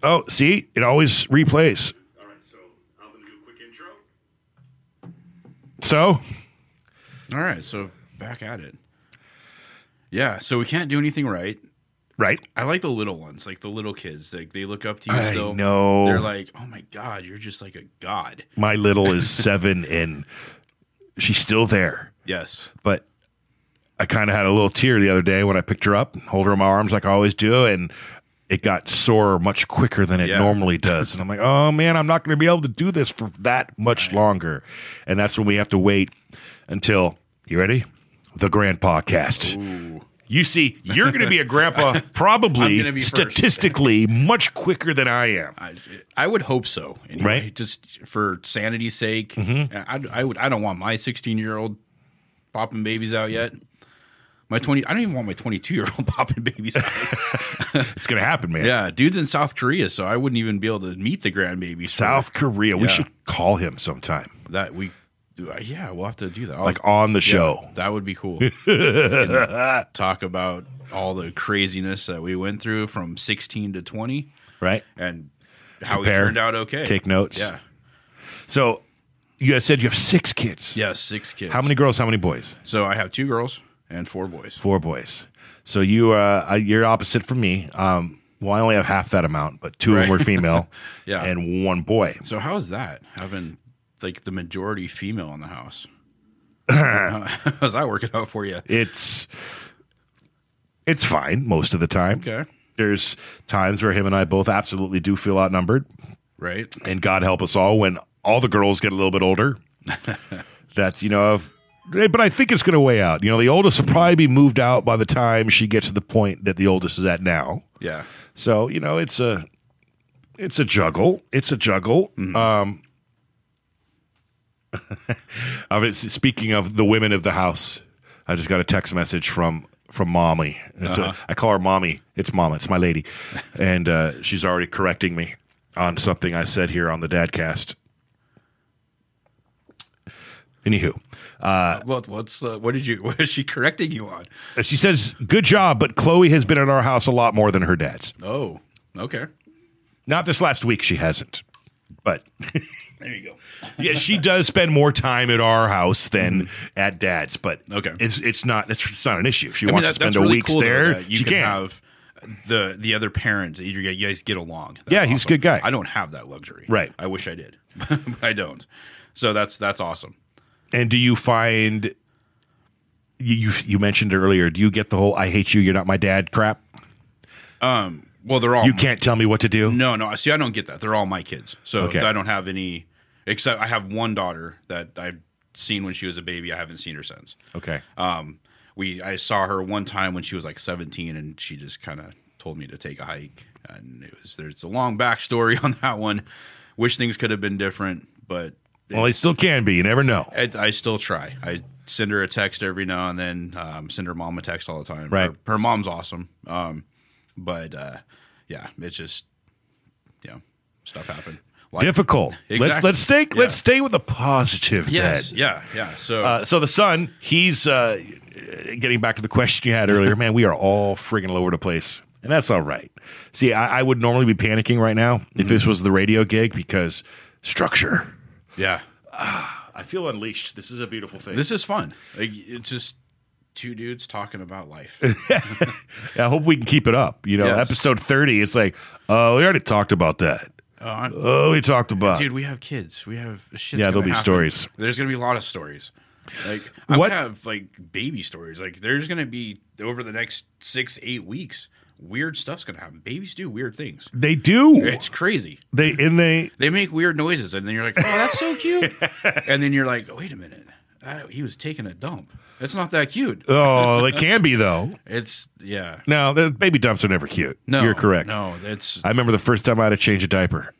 Oh, see, it always replays. So,
All right, so back at it. Yeah, so we can't do anything right.
right?
I like the little ones, like the little kids. Like they look up to you.
I
still.
know.
They're like, oh my god, you're just like a god.
My little is seven, and she's still there.
Yes.
But I kind of had a little tear the other day when I picked her up and hold her in my arms like I always do, and it got sore much quicker than it
Yeah.
normally does. And I'm like, oh man, I'm not going to be able to do this for that much longer. And that's when we have to wait until you ready? The grand podcast. You see, you're going to be a grandpa
I'm
probably
gonna be first.
statistically much quicker than I am.
I, I would hope so. Anyway,
Right. Mm-hmm.
Just for sanity's sake, I, I would. I don't want my 16 year old popping babies out yet. My 20. I don't even want my 22 year old popping babies. out.
It's going to happen, man.
yeah, dude's in South Korea, so I wouldn't even be able to meet the grandbabies. for
South Korea. We
Yeah.
should call him sometime,
that we. Yeah, we'll have to do that. I'll-
like on the
yeah,
show.
that would be cool. We can talk about all the craziness that we went through from 16 to 20,
Right?
and how
Compare.
we turned out okay.
Take notes.
Yeah.
So you guys said you have six kids.
Yeah, six kids.
How many girls? How many boys?
So I have two girls and four boys.
Four boys. So you uh, you're opposite from me. Um, well, I only have half that amount, but two of them
Right.
were female,
Yeah.
and one boy.
So how is that having like the majority female in the house? How's that working out for you?
It's it's fine most of the time.
Okay,
There's times where him and I both absolutely do feel outnumbered,
right?
and God help us all when all the girls get a little bit older. that you know of. eh, But I think it's going to weigh out. You know, the oldest will probably be moved out by the time she gets to the point that the oldest is at now.
Yeah,
So you know, it's a it's a juggle. It's a juggle. Um, I mean, s- speaking of the women of the house, I just got a text message from from mommy. It's a- I call her mommy. It's mama. It's my lady, and uh, she's already correcting me on something I said here on the Dadcast. Anywho,
what what's uh, what did you what is she correcting you on?
she says, "Good job," but Chloe has been at our house a lot more than her dad's.
Oh, okay,
Not this last week, she hasn't. But
there you go.
yeah, she does spend more time at our house than at dad's, but
Mm-hmm. Okay.
it's it's not it's, it's not an issue. If She
I mean,
wants
that,
to spend
that's
a
really
week
cool, though,
there.
that you
she
can,
can.
have the the other parent. You get- you guys get along. That's
Yeah, he's a
awesome.
good guy.
I don't have that luxury.
Right.
I wish I did. but I don't. So that's that's awesome.
and do you find you, you you mentioned earlier? Do you get the whole "I hate you, you're not my dad" crap?
Well, they're all
You can't tell me what to do.
Mm-hmm. No, no. See, I don't get that. They're all my kids, so
Okay.
I don't have any. Except I have one daughter that I've seen when she was a baby. I haven't seen her since.
Okay.
Um, we I saw her one time when she was like 17, and she just kind of told me to take a hike, and it was there's a long backstory on that one. Wish things could have been different, but
well, he still can be. You never know.
I, I still try. I send her a text every now and then. Um, send her mom a text all the time.
Right.
Her, her mom's awesome. Um, but uh, yeah, it's just yeah, stuff happened. Like,
Difficult. Let's
Exactly.
let's stay
Yeah.
let's stay with the positive.
Yes.
Ted.
Yeah. Yeah. So
Uh, so the son, he's uh, getting back to the question you had earlier. Man, we are all friggin' all over the place, and that's all right. See, I, I would normally be panicking right now if this was the radio gig because structure.
yeah,
I feel unleashed. This is a beautiful thing.
this is fun. Like, it's just two dudes talking about life.
I hope we can keep it up. You know,
Yes.
episode thirty. It's like, oh, we already talked about that.
Oh, I'm-
Oh, we talked about.
dude, we have kids. We have shit.
Yeah, there'll be stories.
There's gonna be a lot of stories. Like I
What-
what? have like baby stories. Like there's gonna be over the next six eight weeks. Weird stuff's gonna happen. Babies do weird things.
they do.
It's crazy.
they and they.
They make weird noises, and then you're like, "Oh, that's so cute," and then you're like, "Wait a minute, I, he was taking a dump. That's not that cute."
Oh, they can be though.
It's yeah.
No, the baby dumps are never cute.
No,
you're correct.
No, that's
I remember the first time I had to change a diaper.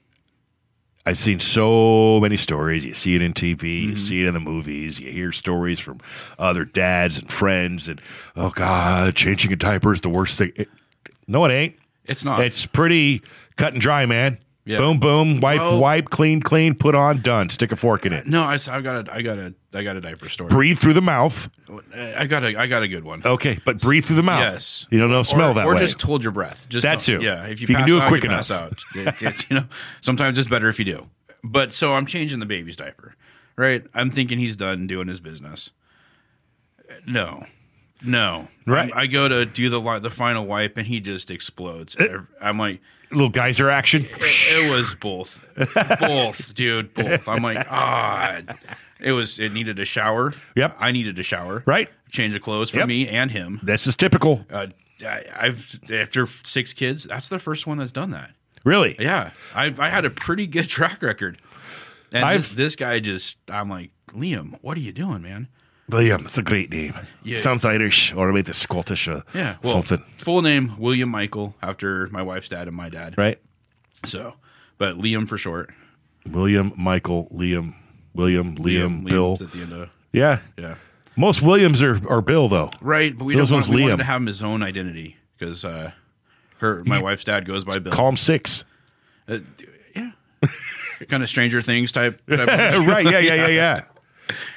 I've seen so many stories. You see it in TV,
Mm-hmm.
you see it in the movies, you hear stories from other dads and friends, and oh god, changing a diaper is the worst thing. It- no, it ain't.
it's not.
It's pretty cut and dry, man.
Uh, Yeah.
Boom, boom, wipe,
Well-
wipe, clean, clean, put on, done. Stick a fork in it.
no. I, s- I got a I got a I got a diaper story.
Breathe through the mouth.
I got a I got a good one.
Okay, but breathe through the mouth.
Yes.
You don't know smell
or,
that
or
way.
just hold your breath. Just
That
don't-
too.
Yeah, if you,
If you can
pass
do it
out,
quick
you pass
enough.
out. It- it's, you know, sometimes it's better if you do. But so I'm changing the baby's diaper, right? I'm thinking he's done doing his business. No, no,
Right.
I, I go to do the li- the final wipe, and he just explodes. I'm like,
Little geyser action.
it was both, both, dude, both. I'm like, ah, it was. It needed a shower.
Yep.
I needed a shower.
Right.
change of clothes for
Yep.
me and him
This is typical.
uh, I, I've after six kids, that's the first one that's done that.
Really?
Yeah, I I had a pretty good track record, and this,
I've-
this guy just I'm like Liam, what are you doing, man?
William, it's a great name.
Yeah.
Sounds Irish or maybe Scottish or
Yeah, well,
something.
Full name William Michael after my wife's dad and my dad.
Right?
So, but Liam for short.
William, Michael, Liam, William, Liam, Bill.
Liam's at the end of
yeah.
yeah.
Most Williams are, are Bill, though.
Right, but we
So this
don't want,
one's
we wanted
Liam.
to have him his own identity because uh, her my wife's dad goes by Bill.
Call him six.
Uh, yeah, kind of Stranger Things type. type of
Oh, right. Yeah, yeah, yeah, yeah.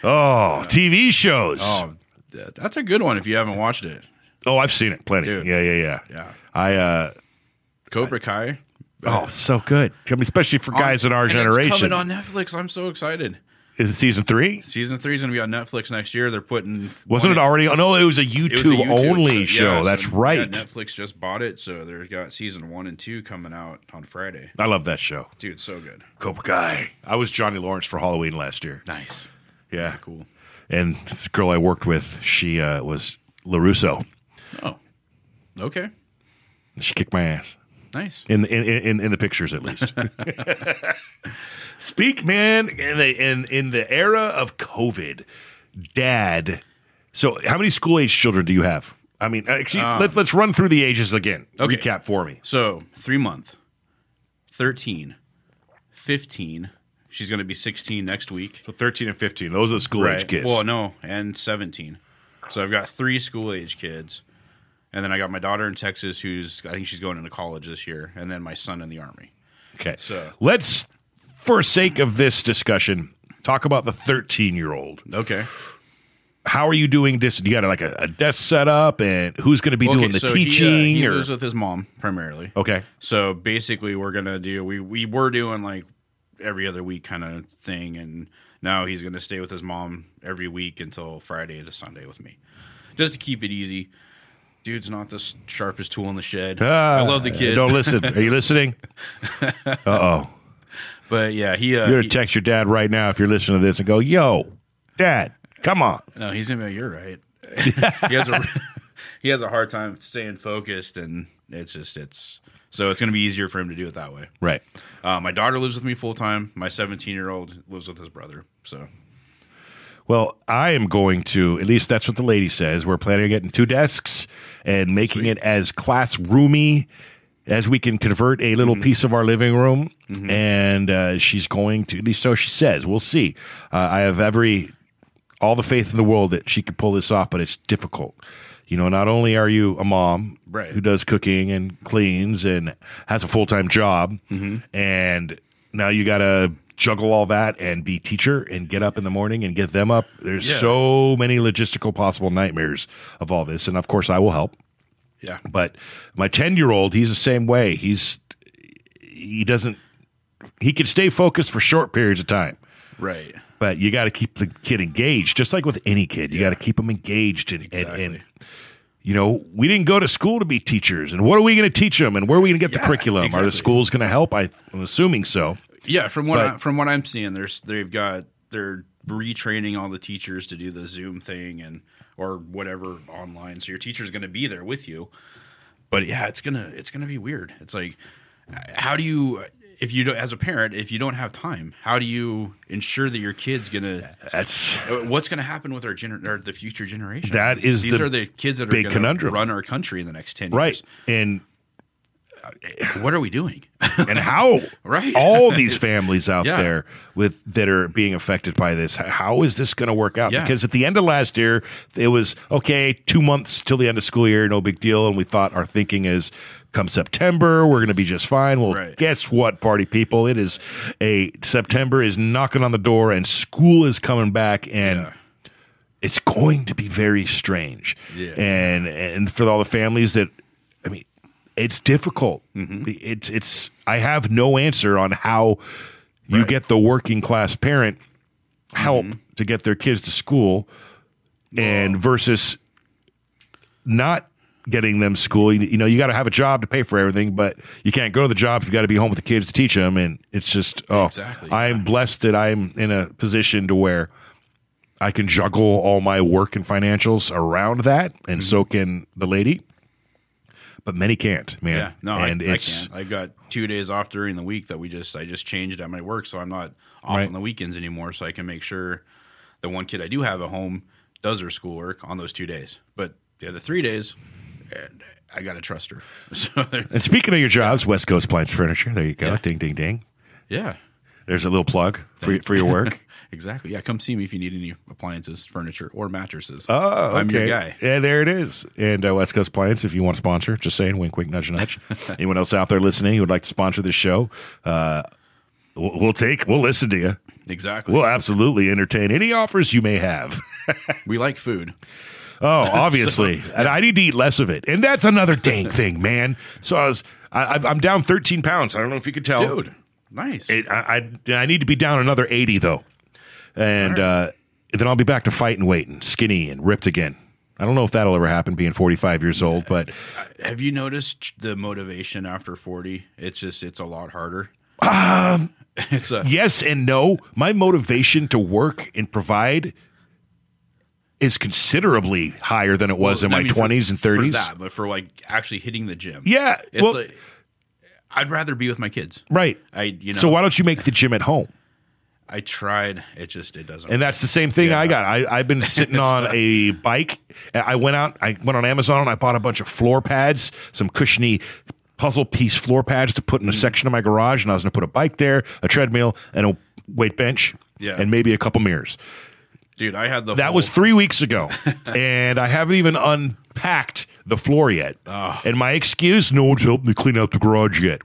Oh, TV shows. Oh.
Oh, that- that's a good one if you haven't watched it.
I've seen it plenty.
Dude.
Yeah, yeah, yeah.
Yeah.
I, uh,
Cobra Kai.
oh, it's so good. I mean, especially for guys in our
And It's
generation.
coming on Netflix. I'm so excited.
Is it season three?
Season three is going to be on Netflix next year. They're putting.
Wasn't it already? Oh, no, it was a YouTube,
It was a YouTube,
only
so- yeah,
show.
so,
That's
yeah,
right.
Netflix just bought it, so they've got season one and two coming out on Friday.
I love that show.
Dude, so good.
Cobra Kai. I was Johnny Lawrence for Halloween last year.
Nice.
Yeah,
Cool.
And this girl I worked with, she uh, was Larusso.
Oh. Okay.
She kicked my ass
Nice.
in in in, in the pictures at least. Speak, man. In the in in the era of COVID, Dad. So, how many school age children do you have? I mean, actually, let's let's run through the ages again.
Um, Okay.
Recap for me.
So, three month, 13, 15. She's going to be 16 next week.
So, thirteen and fifteen. Those are the school age kids.
Well, no, and 17. So I've got three school age kids. And then I got my daughter in Texas, who's, I think she's going into college this year. And then my son in the Army.
Okay.
So-
let's, for sake of this discussion, talk about the 13 year old.
Okay.
How are you doing this? You got like a, a desk set up and who's going to be doing the teaching
He, uh, he
or.
lives with his mom primarily.
okay.
So basically, we're going to do, we, we were doing like every other week kind of thing. And now he's going to stay with his mom every week until Friday to Sunday with me, just to keep it easy. Dude's not the s- sharpest tool in the shed. I love the kid.
Ah, Uh, Don't listen. Are you listening? Uh oh.
But yeah, he, uh,
You're going
he-
to text your dad right now if you're listening to this and go, yo, dad, come on.
No, he's gonna be. Like, You're right. he has a he has a hard time staying focused, and it's just it's so it's gonna be easier for him to do it that way.
Right.
Uh, my daughter lives with me full time. My 17 year old lives with his brother. So
Well, I am going to, at least that's what the lady says. We're planning on getting two desks and making it as classroomy as we can convert a little
Mm-hmm.
piece of our living room. And uh, she's going to, at least so she says, we'll see. Uh, I have every, all the faith in the world that she can pull this off, but it's difficult. You know, not only are you a mom
Right. Mm-hmm.
who does cooking and cleans and has a full time job and now you got to juggle all that and be teacher and get up in the morning and get them up. There's
Yeah.
so many logistical possible nightmares of all this, and of course I will help.
Yeah.
But my 10 year old, he's the same way. He's he doesn't he can stay focused for short periods of time.
Right.
But you got to keep the kid engaged, just like with any kid. You got to keep them engaged and, and, and
Exactly.
you know, we didn't go to school to be teachers. And what are we going to teach them? And where are we going to get the
Yeah,
curriculum? Are the
exactly.
schools going to help? I, I'm assuming so.
Yeah, from what
But-
I, from what I'm seeing, there's they've got they're retraining all the teachers to do the Zoom thing and or whatever online. So your teacher's going to be there with you. But yeah, it's gonna it's gonna be weird. It's like, how do you if you don't, as a parent if you don't have time, how do you ensure that your kid's gonna
That's
what's gonna happen with our gener or the future generation?
That is
these
the
are the kids that are
big
gonna
conundrum.
run our country in the next ten
right.
years.
And
What are we doing?
and how
Right.
all these
It's-
families out
yeah.
there with that are being affected by this h- how is this going to work out
Yeah.
because at the end of last year it was okay 2 months till the end of school year no big deal and we thought our thinking is come September we're going to be just fine well
Right.
guess what party people it is a September is knocking on the door and school is coming back and
Yeah.
it's going to be very strange.
Yeah.
And and for all the families that I mean, it's difficult. The- It's it's I have no answer on how you get the working class parent help to get their kids to school and versus not getting them school you, you know you got to have a job to pay for everything but you can't go to the job if you got to be home with the kids to teach them and it's just oh
Exactly, yeah.
i'm blessed that i'm in a position to where I can juggle all my work and financials around that, and
Mm-hmm.
so can the lady. But many can't, man.
Yeah, no,
and
I,
it's
I can't. I got two days off during the week that we just I just changed at my work, so I'm not off
Right.
on the weekends anymore. So I can make sure the one kid I do have at home does her schoolwork on those two days, but the other three days, eh, I gotta trust her. So
And speaking of your jobs, West Coast Plants Furniture. There you go,
Yeah.
ding, ding, ding.
yeah,
There's a little plug for for your work.
exactly. Yeah, come see me if you need any appliances, furniture, or mattresses.
Oh,
I'm your
okay.
guy.
Yeah, there it is. And uh, West Coast Plants, if you want to sponsor, just saying, wink, wink, nudge, nudge. Anyone else out there listening who would like to sponsor this show, uh, we'll, we'll take, we'll listen to you.
Exactly.
We'll absolutely entertain any offers you may have.
we like food.
Oh, obviously, and I need to eat less of it, and that's another dang thing, man. So I was, I, I've- I'm down 13 pounds. I don't know if you could tell,
Dude, nice.
Oh. It, I, I I need to be down another 80 though, and uh, then I'll be back to fighting weight and skinny and ripped again. I don't know if that'll ever happen, being 45 years old, but
Have you noticed the motivation after 40? It's just it's a lot harder. Um, it's a
yes and no. My motivation to work and provide is considerably higher than it was
Well,
in
I
my
mean, for-
20s and 30s.
For that, but for like actually hitting the gym.
Yeah,
It's
well-
like, I'd rather be with my kids.
Right.
I you know
So why don't you make the gym at home?
I tried. It just it doesn't.
And that's the same thing I got. I, I've been sitting on a bike. And I went out, I went on Amazon and I bought a bunch of floor pads, some cushiony puzzle piece floor pads to put in a section of my garage. And I was going to put a bike there, a treadmill, and a weight bench,
Yeah. Oh.
and maybe a couple mirrors.
dude, I had the
That
whole-
was three weeks ago. and I haven't even unpacked the floor yet. And my excuse no one's helped me clean out the garage yet.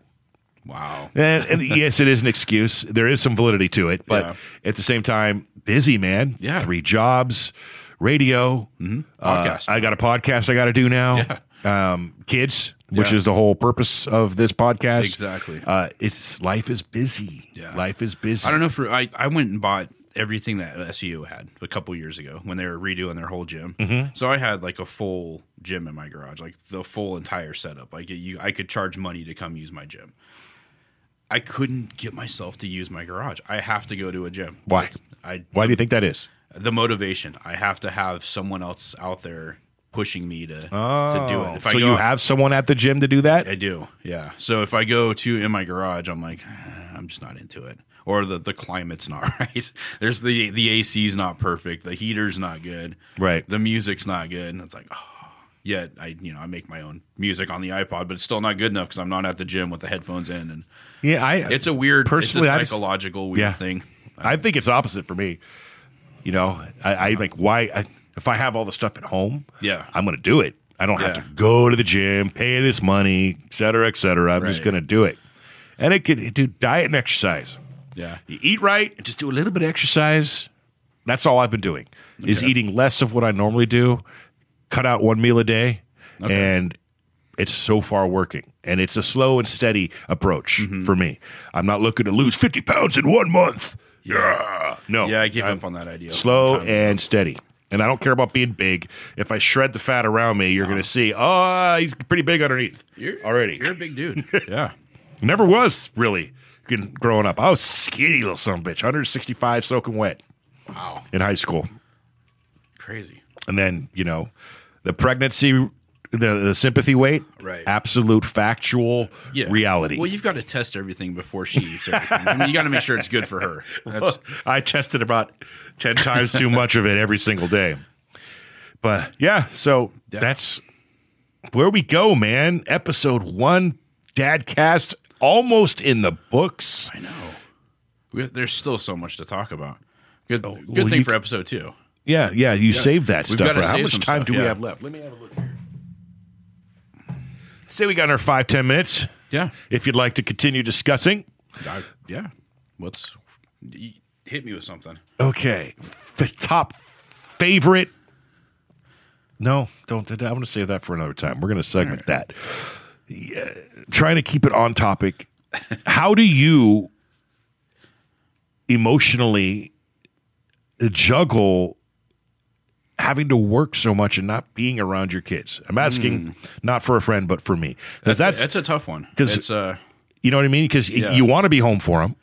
wow.
And, and yes, it is an excuse. There is some validity to it, but
Yeah.
at the same time, busy man.
Yeah. Mm-hmm.
three jobs, radio. uh,
Podcast.
I got a podcast I got to do now. Um, kids, which
Yeah.
is the whole purpose of this podcast.
Exactly.
Uh, it's life is busy.
Yeah.
Life is busy.
I don't know if I I went and bought everything that SU had a couple years ago when they were redoing their whole gym.
Mm-hmm.
So I had like a full gym in my garage, like the full entire setup. Like you, I could charge money to come use my gym. I couldn't get myself to use my garage. I have to go to a gym.
Why?
I
Why do you think that is?
the motivation. I have to have someone else out there pushing me to to do it. If I
Oh. so
go-
you have someone at the gym to do that?
I do. Yeah. So if I go to in my garage, I'm like, "Ah, I'm just not into it. Or the the climate's not right. There's the the AC's not perfect. The heater's not good.
Right.
The music's not good. And it's like, oh. Yet I you know I make my own music on the iPod, but it's still not good enough because I'm not at the gym with the headphones in. And
yeah, I.
it's a weird,
Personally, I
it's a
just-
psychological weird
Yeah.
thing.
I think it's opposite for me. You know, I, I like why I, if I have all the stuff at home,
Yeah.
I'm gonna do it. I don't have
Yeah.
to go to the gym, pay this money, et cetera, et cetera. I'm just
Right.
gonna do it. And it could do diet and exercise.
Yeah.
You eat right and just do a little bit of exercise. That's all I've been doing is eating less of what I normally do, cut out one meal a day, and it's so far working. And it's a slow and steady approach
Mm-hmm.
for me. I'm not looking to lose 50 pounds in one month. Yeah. No.
Yeah, I gave
I'm
up on that idea.
Slow
Long time ago.
and steady. And I don't care about being big. If I shred the fat around me, you're going to see, oh, he's pretty big underneath
Uh-huh. You're-
already.
You're a big dude. yeah.
Never was really getting- growing up. I was skinny little son of a bitch, 165 soaking wet
Wow.
in high school,
Crazy.
and then you know the pregnancy, the, the sympathy weight,
Right.
Absolute factual reality.
Well, you've got to test everything before she eats everything. I mean, you got to make sure it's good for her. That's
I tested about ten times too much of it every single day, but yeah. So that's where we go, man. Episode one, Dadcast, almost in the books.
I know. We, there's still so much to talk about. Good, good
Oh, well,
thing
you
for episode two.
Yeah, yeah. You save that
We've
stuff.
gotta
right? How
save
much
some
time
stuff,
do we
yeah.
have left? Let me have a look here. Say we got our five ten minutes.
Yeah.
If you'd like to continue discussing,
I- yeah. What's y- hit me with something?
okay, the top favorite. No, don't. I'm going to save that for another time. We're going to segment that. Yeah, trying to keep it on topic. How do you emotionally juggle having to work so much and not being around your kids? I'm asking not for a friend, but for me. 'Cause That's,
That's a, that's a tough one.
'cause-
It's uh,
you know what I mean? Because
Yeah.
you want to be home for them,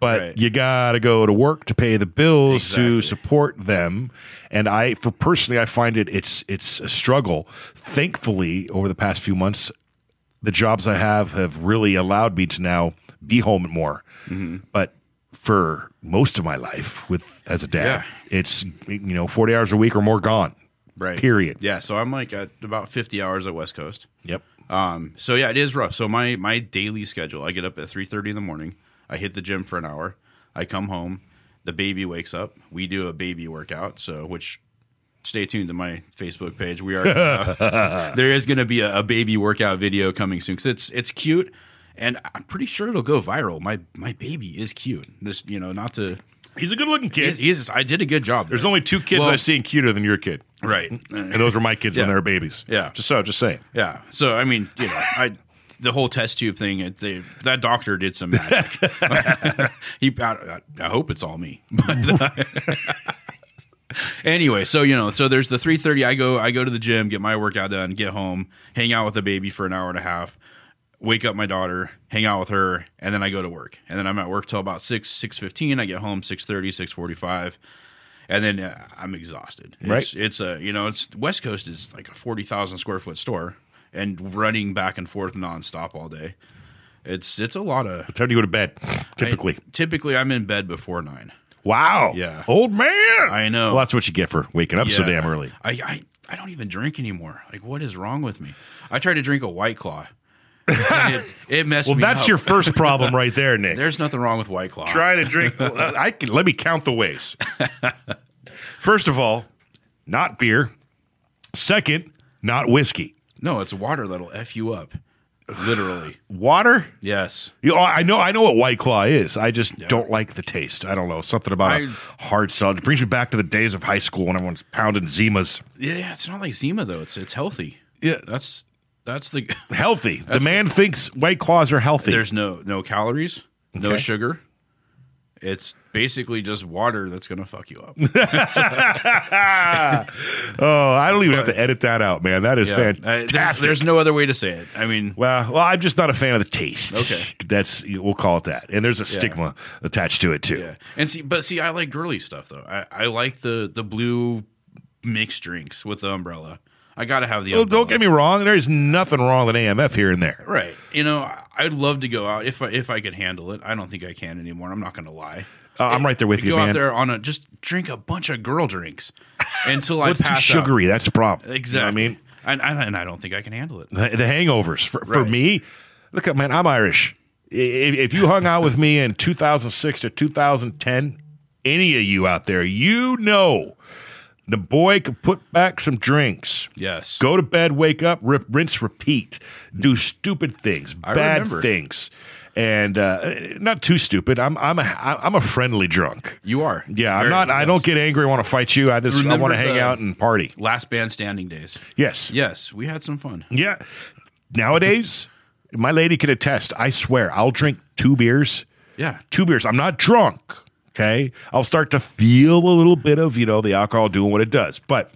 but
Right.
you got to go to work to pay the bills to
Exactly.
support them. And I, for personally, I find it it's it's a struggle. Thankfully, over the past few months, the jobs I have have really allowed me to now be home more.
Mm-hmm.
But for most of my life, with as a dad, it's you know forty hours a week or more gone.
right.
Period.
Yeah. So I'm like at about 50 hours at West Coast.
Yep.
Um, so yeah, it is rough. So my my daily schedule, I get up at three thirty in the morning. I hit the gym for an hour. I come home. The baby wakes up. We do a baby workout. So which, stay tuned to my Facebook page. We are there is going to be a, a baby workout video coming soon because it's it's cute, and I'm pretty sure it'll go viral. My my baby is cute. This you know not to.
He's a good looking kid.
He's, he's, I did a good job.
There's only two kids
Well-
I've seen cuter than your kid.
right.
And those were my kids when
Yeah.
they were babies.
Yeah.
Just so, just saying.
Yeah. So I mean, you know, I the whole test tube thing. it- They, that doctor did some magic. he, I, I- I hope it's all me. But uh, anyway, so you know, so there's the three thirty. I go, I go to the gym, get my workout done, get home, hang out with the baby for an hour and a half. Wake up my daughter, hang out with her, and then I go to work. And then I'm at work till about six, six fifteen. I get home six thirty, six forty five and then uh, I'm exhausted. It's,
Right.
It's a you know it's West Coast is like a forty thousand square foot store and running back and forth nonstop all day. It's it's a lot of
Time to go to bed, typically.
I- typically, I'm in bed before nine.
wow.
Yeah.
Old man.
I know.
Well, that's what you get for waking up so
Yeah.
damn early.
I, I I don't even drink anymore. Like, what is wrong with me? I tried to drink a White Claw. and it, it messed
Well,
me
that's
up.
your first problem right there, Nick.
There's nothing wrong with White Claw.
Try to drink. well, I can let me count the ways. First of all, not beer. Second, not whiskey.
No, it's water that'll f you up. Literally.
Water.
Yes.
You know, I know. I know what White Claw is. I just don't like the taste. I don't know something about a
I-
hard seltzer. It brings me back to the days of high school when everyone's pounding Zimas.
Yeah, it's not like Zima though. It's it's healthy.
Yeah.
That's that's the
Healthy. the man thinks White Claws are healthy.
There's no no calories, no
Okay.
sugar. It's basically just water that's gonna fuck you up.
Oh, I don't even have to edit that out, man. That is
Yeah. Uh, there-
fantastic.
there's no other way to say it. I mean,
well, well, I'm just not a fan of the taste.
Okay.
that's we'll call it that. And there's a stigma attached to it too.
yeah. And see, but see, I like girly stuff though. I, I like the the blue mixed drinks with the umbrella. I gotta have the.
Well,
umbrella.
don't get me wrong. There is nothing wrong with AMF here and there.
right. You know, I- I'd love to go out if I, if I could handle it. I don't think I can anymore. I'm not gonna lie.
Uh, I'm right there with you,
go
man.
out there on a just drink a bunch of girl drinks until I
What's too
pass out.
sugary? That's the problem.
Exactly.
You know
and, and, and I don't think I can handle it.
what I mean, the, the hangovers for, for
Right.
me. Look up, man. I'm Irish. I- If, if you hung out with me in 2006 to 2010, any of you out there, you know the boy could put back some drinks.
Yes.
Go to bed, wake up, rip, rinse, repeat. Do stupid things, bad
remember.
things. and uh, not too stupid. I'm I'm a I'm a friendly drunk.
You are.
Yeah, I'm
Very
not.
good,
I
yes.
don't get angry. Want to fight you? I just I
Remember
want to hang
the-
out and party.
Last band standing days.
Yes.
Yes, we had some fun.
Yeah. Nowadays, my lady can attest. I swear, I'll drink two beers.
Yeah.
Two beers. I'm not drunk. Okay. I'll start to feel a little bit of, you know, the alcohol doing what it does. But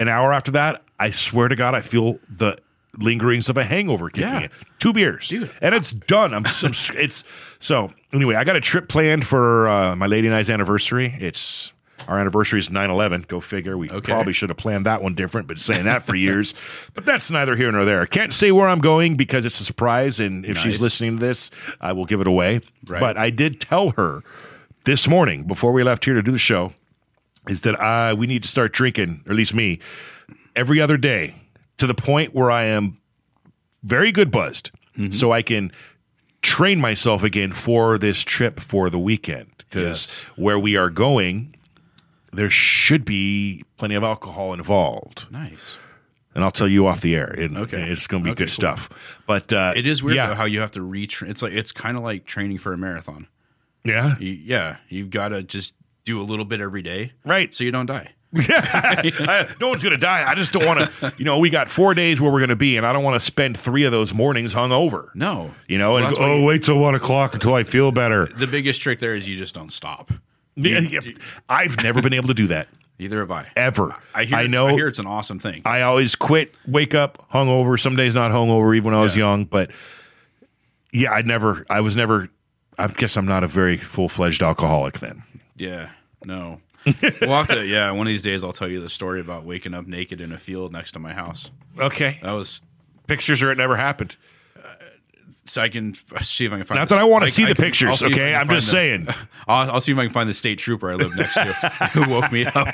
an hour after that, I swear to God, I feel the lingerings of a hangover kicking
Yeah.
in. Two beers.
Dude.
And it's done. I'm, I'm it's so anyway, I got a trip planned for uh, my lady and I's anniversary. It's our anniversary is 9-11. Go figure. We
Okay.
probably should have planned that one different, but saying that for years. But that's neither here nor there. Can't say where I'm going because it's a surprise. And if she's
Nice.
listening to this, I will give it away.
Right.
But I did tell her this morning before we left here to do the show is that I we need to start drinking, or at least me, every other day to the point where I am very good buzzed,
Mm-hmm.
so I can train myself again for this trip for the weekend because
Yes.
where we are going. There should be plenty of alcohol involved
Nice.
and I'll tell you off the air. It,
Okay.
it's going to be
Okay,
good
cool.
stuff. But uh,
It is weird
Yeah,
though, how you have to retrain. It's like it's kind of like training for a marathon.
yeah.
You, yeah, you've got to just do a little bit every day,
Right.
So you don't die.
I- no one's going to die. I just don't want to. You know, we got four days where we're going to be, and I don't want to spend three of those mornings hungover.
No,
You know, and
that's
go,
why
oh
you-
wait till one o'clock until I feel better.
the biggest trick there is you just don't stop.
Yeah, yeah. I've never been able to do that
Either have I.
ever.
I hear.
I
it's-
know.
I hear it's an awesome thing.
I always quit, wake up hungover. Some days not hungover, even when I was
Yeah.
young. But yeah, I never. I was never. I guess I'm not a very full fledged alcoholic then.
yeah. No. we'll have to. Yeah. One of these days, I'll tell you the story about waking up naked in a field next to my house.
Okay.
That was.
Uh, Pictures are it never happened.
So I can see if I can find.
Not
this-
that I wanna
like,
see the
can-
pictures,
I'll see if I
okay?
can
I'm just
find the-
saying.
I'll, I'll see if I can find the state trooper I live next to who woke me up.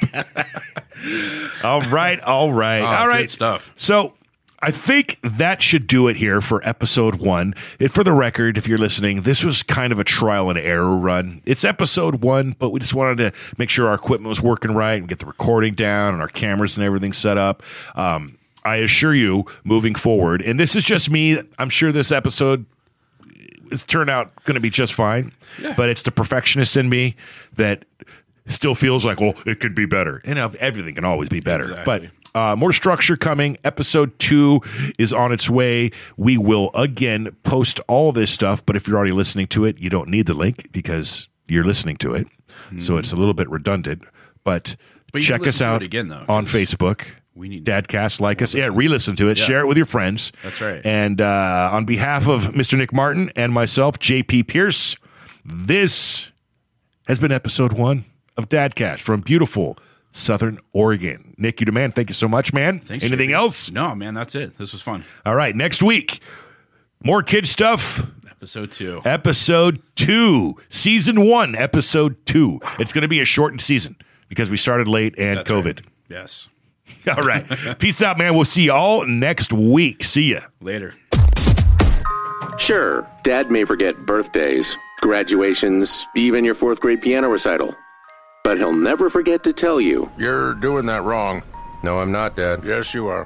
All right, all right,
Ah,
all right.
good stuff.
So I think that should do it here for episode one. And for the record, if you're listening, this was kind of a trial and error run. It's episode one, but we just wanted to make sure our equipment was working right and get the recording down and our cameras and everything set up. Um, I assure you, moving forward, and this is just me. I'm sure this episode it's turned out going to be just fine. But it's the perfectionist in me that still feels like, well, it could be better. And of- everything can always be better.
Exactly.
But uh, more structure coming. Episode two is on its way. We will again post all this stuff. But if you're already listening to it, you don't need the link because you're listening to it. So it's a little bit redundant. But,
Hmm. But you can
check us
listen to it
out
again, though,
on
'cause
Facebook.
we need-
Dadcast, like us. Yeah, re listen to it. Share it with your friends.
That's right.
And uh, on behalf of Mr. Nick Martin and myself, JP Pierce, this has been episode one of Dadcast from beautiful Southern Oregon. Nick, you demand. Thank you so much, man.
Thanks,
Anything
JP.
else?
No, man, that's it. This was fun.
All right. Next week, more kid stuff.
Episode two.
Episode two, season one, episode two. It's going to be a shortened season because we started late and
That's right.
COVID.
Yes.
All right. Peace out, man. We'll see you all next week. See ya.
Later.
Sure, Dad may forget birthdays, graduations, even your fourth grade piano recital, but he'll never forget to tell you
You're doing that wrong. No, I'm not, Dad. Yes, you are.